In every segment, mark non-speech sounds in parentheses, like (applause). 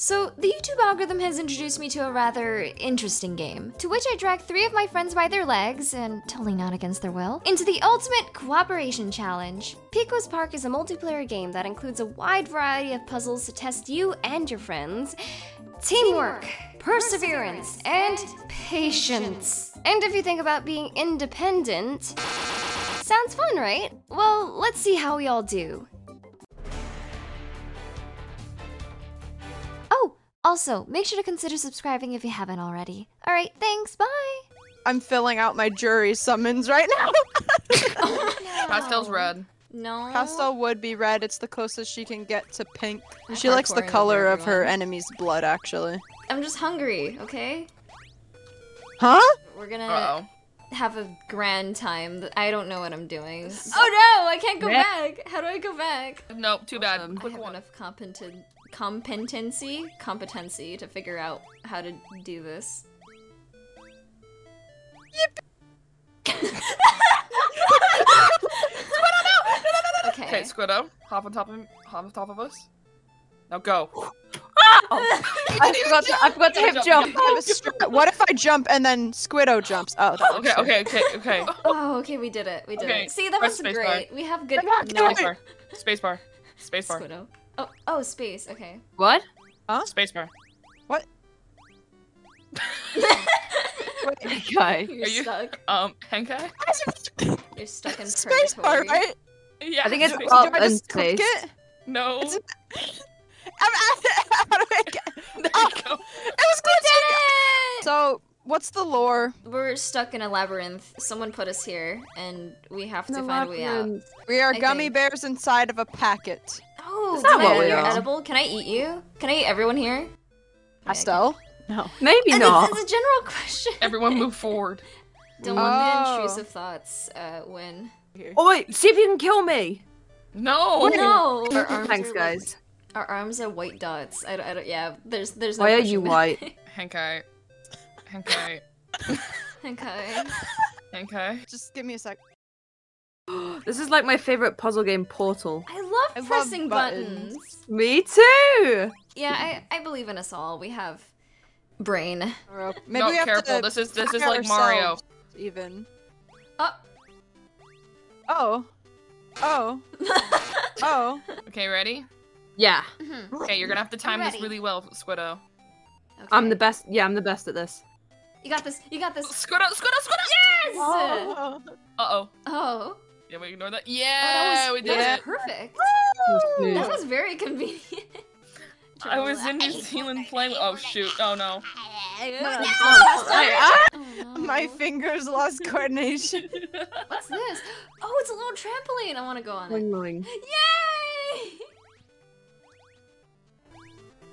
So, the YouTube algorithm has introduced me to a rather interesting game, to which I drag three of my friends by their legs, and totally not against their will, into the Ultimate Cooperation Challenge. Pico's Park is a multiplayer game that includes a wide variety of puzzles to test you and your friends. Teamwork, perseverance, and patience. And if you think about being independent, sounds fun, right? Well, let's see how we all do. Oh, also, make sure to consider subscribing if you haven't already. Alright, thanks, bye! I'm filling out my jury summons right now. (laughs) Pastel's red. No. Pastel would be red. It's the closest she can get to pink. She hardcore likes the is color of everyone. her enemy's blood, actually. I'm just hungry, okay? Huh? We're gonna Uh oh. have a grand time. Th- I don't know what I'm doing. Oh no, I can't go Yeah. back. How do I go back? Nope, too bad. I Quick have one. enough competent competency competency to figure out how to do this. (laughs) (laughs) Yep. okay. Okay, Squiddo, hop on top of hop on top of us. Now go. I forgot to, I forgot to hip jump. (laughs) Jump, jump. I have a str- what if I jump and then Squiddo jumps? Oh, that Okay, okay, okay, okay. Oh, okay, we did it. We did Okay, it. See, that press was space great. We have good. I got No, it. Spacebar. Spacebar. Spacebar. Squiddo. Oh, oh, space. Okay. What? Spacebar. Okay. You're Are you- stuck. Um, (laughs) Henkai? You're stuck in Space bar, purgatory. right? Yeah. I think it's Do space- up I and just click space. it? No. it's- I'm at it. How do I (laughs) get? There oh. you go. It was glitching. So, what's the lore? We're stuck in a labyrinth. Someone put us here, and we have to find a way out. We are I gummy think. bears inside of a packet. Oh, Is that can I what eat we your are? edible? Can I eat you? Can I eat everyone here? Okay, I Pastel. Maybe can- not. And it's, it's a general question. Everyone move forward. Don't let the Oh. intrusive thoughts uh, win. Oh wait, see if you can kill me. No. no. Our arms Thanks, are, guys. Our arms are white dots. I don't. I don't yeah. There's. There's. No Why are question (laughs) you about white? Henkai. Henkai. it. (laughs) okay. Henkai. Just give me a sec. This is like my favorite puzzle game, Portal. I love I love pressing buttons. buttons. Me too. Yeah. I. I believe in us all. We have brain. Maybe no, we have careful. to This is this is hack like Mario. ourselves, Even. Oh. Oh. Oh. Oh. Okay, ready? Yeah, mhm, Okay, you're gonna have to time this ready. really well, Squiddo. okay. I'm the best. Yeah, I'm the best at this. You got this. You got this. Squiddo, Squiddo, Squiddo! Yes. Oh. Oh. Uh oh. oh Yeah, we ignore that. that Yeah, was, we did that it. was perfect. (laughs) Yeah. That was very convenient. (laughs) I was in (laughs) New Zealand playing. Oh shoot! Oh no! Oh, no. My (laughs) fingers lost coordination. What's this? Oh, it's a little trampoline. I want to go on it. Ling-ling. Yay!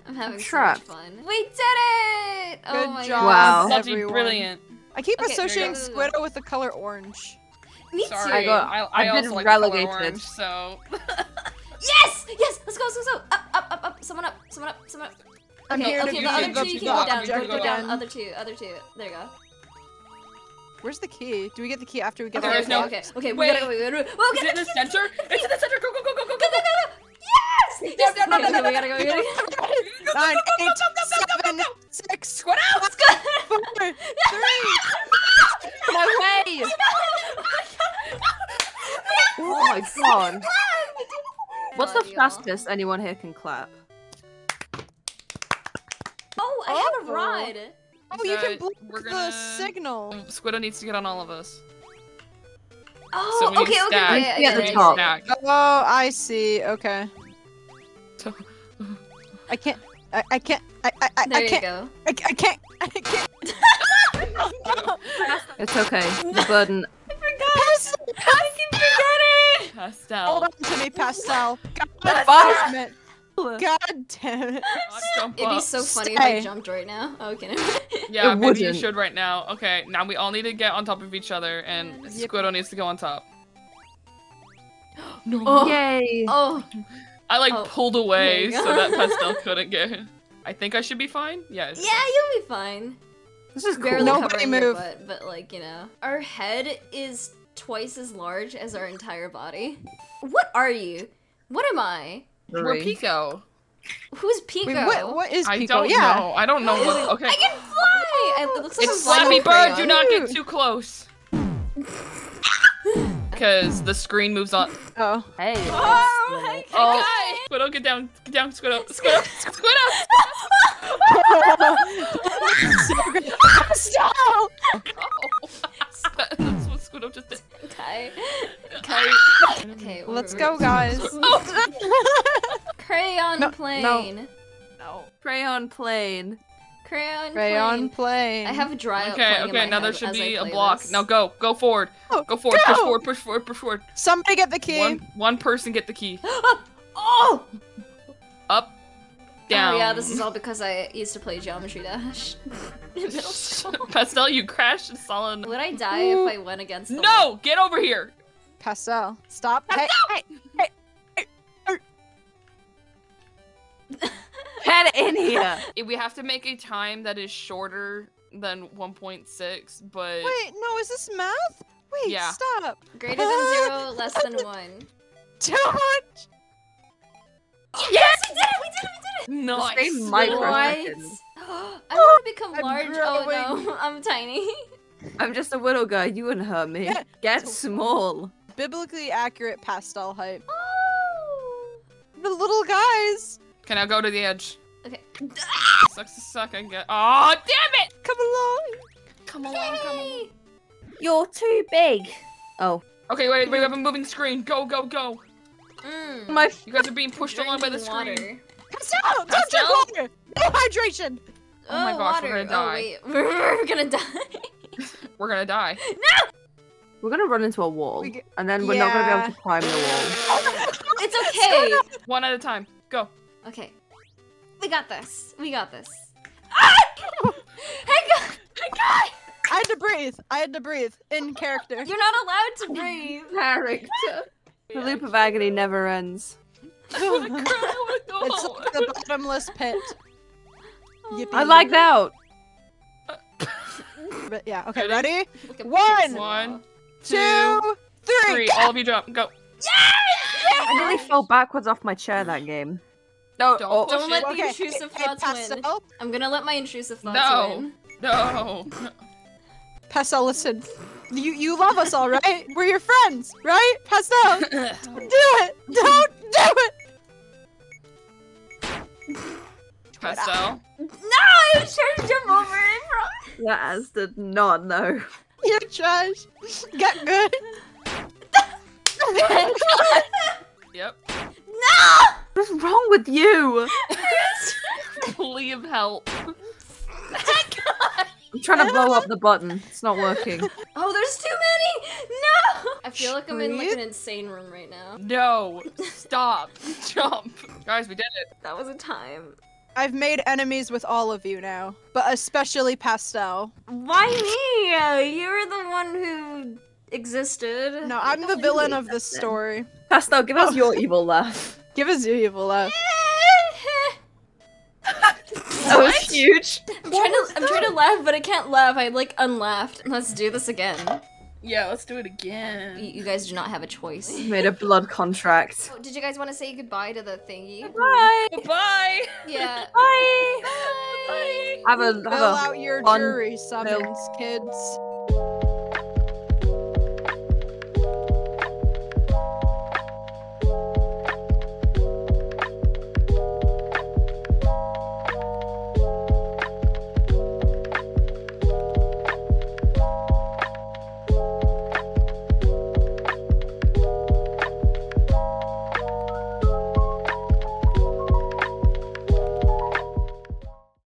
I'm having so much trapped. fun. We did it! oh Good my job, Wow. everyone. Bloody brilliant. I keep Okay, associating there you go. Squiddo with the color orange. God. Me Sorry, too. I got- I, I've also been like the color relegated. orange, so Yes! Yes! Let's go, let's go, let's go! Up, up, up, up! Someone up, someone up, someone up. I'm Okay, here to okay, the give other you two the you can go down. Go, objective go down. again. Other two, other two. There you go. Where's the key? Do we get the key after we get Okay, our there's okay, no- okay, okay, we Wait. gotta go, we gotta go. We'll is get it in the center? It's in the center. Go go go go go go Yes! Yes! Okay, okay, we gotta go, we gotta go. Nine, (laughs) eight, seven, six, Squid out! Let's go! (laughs) four, three. (laughs) No way. Oh my god. What's the Love y'all. fastest anyone here can clap? Oh, I have a rod. Oh, you So, can block we're the gonna- signal. Um, Squiddo needs to get on all of us. Oh, So we need okay, okay, stack. okay. Yeah, I the get it, top. I Back. Oh, I see. Okay. I can't. I, I can't. I, I, get it. I, I There you can't. go. I, I can't. (laughs) I can't. Oh It's okay. (laughs) The burden. Pastel, I keep forgetting! Hold Pastel. on to me, pastel. God fuck? damn it. God damn it. Not jump It'd be up. so funny if I Stay. jumped right now. Oh, okay. never mind. yeah, It maybe you wouldn't. should right now. Okay, now we all need to get on top of each other, and Yep. Squiddo needs to go on top. no. Oh. Yay. oh, I like Oh, pulled away there you so go. that Pastel (laughs) couldn't get. Her. I think I should be fine. Yeah. it's- yeah, you'll be fine. This is cool. Barely Nobody covering your move. butt, but like you know, our head is twice as large as our entire body. What are you? What am I? We're Pico. Who's Pico? Wait, what, what is I Pico? don't yeah. know. I don't know what. Okay. I can fly! I, it looks like It's a water Flappy Bird. crayon. Do not (laughs) get too close. Because the screen moves on. Oh. Hey. (laughs) Oh my Oh, god! Squiddo, get down, get down, Squiddo, (laughs) Squiddo, Squiddo. Oh. (laughs) Stop! Oh. (laughs) That's what Squiddo just did. (laughs) Kai. Okay, Let's we're- (laughs) go, guys. Crayon No, no. plane. Crayon plane. Crayon Rayon plane. plane. I have a dry Okay, okay. Now there should be a block. Now go, go forward, Oh, go forward, push go! forward, push forward, push forward. Somebody get the key. One, one person get the key. (gasps) oh! Up, down. Oh yeah, this (laughs) is all because I used to play Geometry Dash. (laughs) in middle school. (laughs) Pastel, you crashed and solid. Would I die if I went against the wall? No, get over here. Pastel. Stop. Hey, hey. Get in here. We have to make a time that is shorter than 1.6, but Wait, no, is this math? Wait, Yeah. stop. (laughs) Greater than (laughs) zero, less than one. Too much. Yes, we did it! We did it! We did it! no. The screen I might swear. crash. What? Microseconds. (gasps) I (gasps) want to become I'm large. Oh no, (laughs) I'm tiny. I'm just a little guy. You wouldn't hurt me. (laughs) Yeah. Get small. Biblically accurate pastel height. Oh. The little guys. Can I go to the edge? Okay. Sucks to suck and get. Oh damn it! Come along. (laughs) Come along, come along. Yay! You're too big. Oh. Okay, wait, we have a moving screen. Go, go, go. Mm. My You guys are being pushed along by the Drinking screen. water. Pastel, don't drink water. No hydration. (laughs) Oh my gosh, we're gonna die. Oh, wait. (laughs) We're gonna die. (laughs) We're gonna die. We're gonna run into a wall, We get- and then we're not gonna be Yeah. able to climb the wall. it's okay. One at a time. Go. Okay. We got this. We got this. Ah! (laughs) hey, God. I had to breathe. I had to breathe in character. You're not allowed to (laughs) breathe. (laughs) Character. The (laughs) loop of agony never ends. (laughs) it's I wanna go. like the bottomless pit. Oh, Yippee. I like that. But yeah. Okay. Ready? Look at One, Pixar. (laughs) One, Two, two, three. three. All of you jump. Go. I nearly fell backwards off my chair that game. No. Don't oh, push Don't let it. the intrusive hey, thoughts win. Pastel. I'm gonna let my intrusive thoughts No. win. No. Pastel, listen. You you love us all, right? We're your friends, right? (laughs) Pastel, do it. Don't do it. Pastel. No, I was trying to jump over it. (laughs) From... (laughs) that ass did not know. You're trash. (laughs) Get good. (laughs) Yep. (laughs) No! What's wrong with you? Leave help. I'm trying to blow up the button. It's not (laughs) working. (laughs) Oh, there's too many. No. I feel like I'm in like Breathe. an insane room right now. No. Stop. Jump. Guys, we did it. That was a time. I've made enemies with all of you now, but especially Pastel. Why me? You were the one who existed. (laughs) No, I'm the don't villain really of this accept it. story. Pastel, give us your evil laugh. Give us your evil laugh. That was huge. I'm trying to I'm trying to laugh, but I can't laugh. I like unlaughed. Let's do this again. Yeah, let's do it You, again. you guys do not have a choice. Made a blood contract. Oh, (laughs) did you guys want to say goodbye to the thingy? Bye. Bye. Yeah. Bye. Bye. Have a have Fill a out your fun jury summons, kids.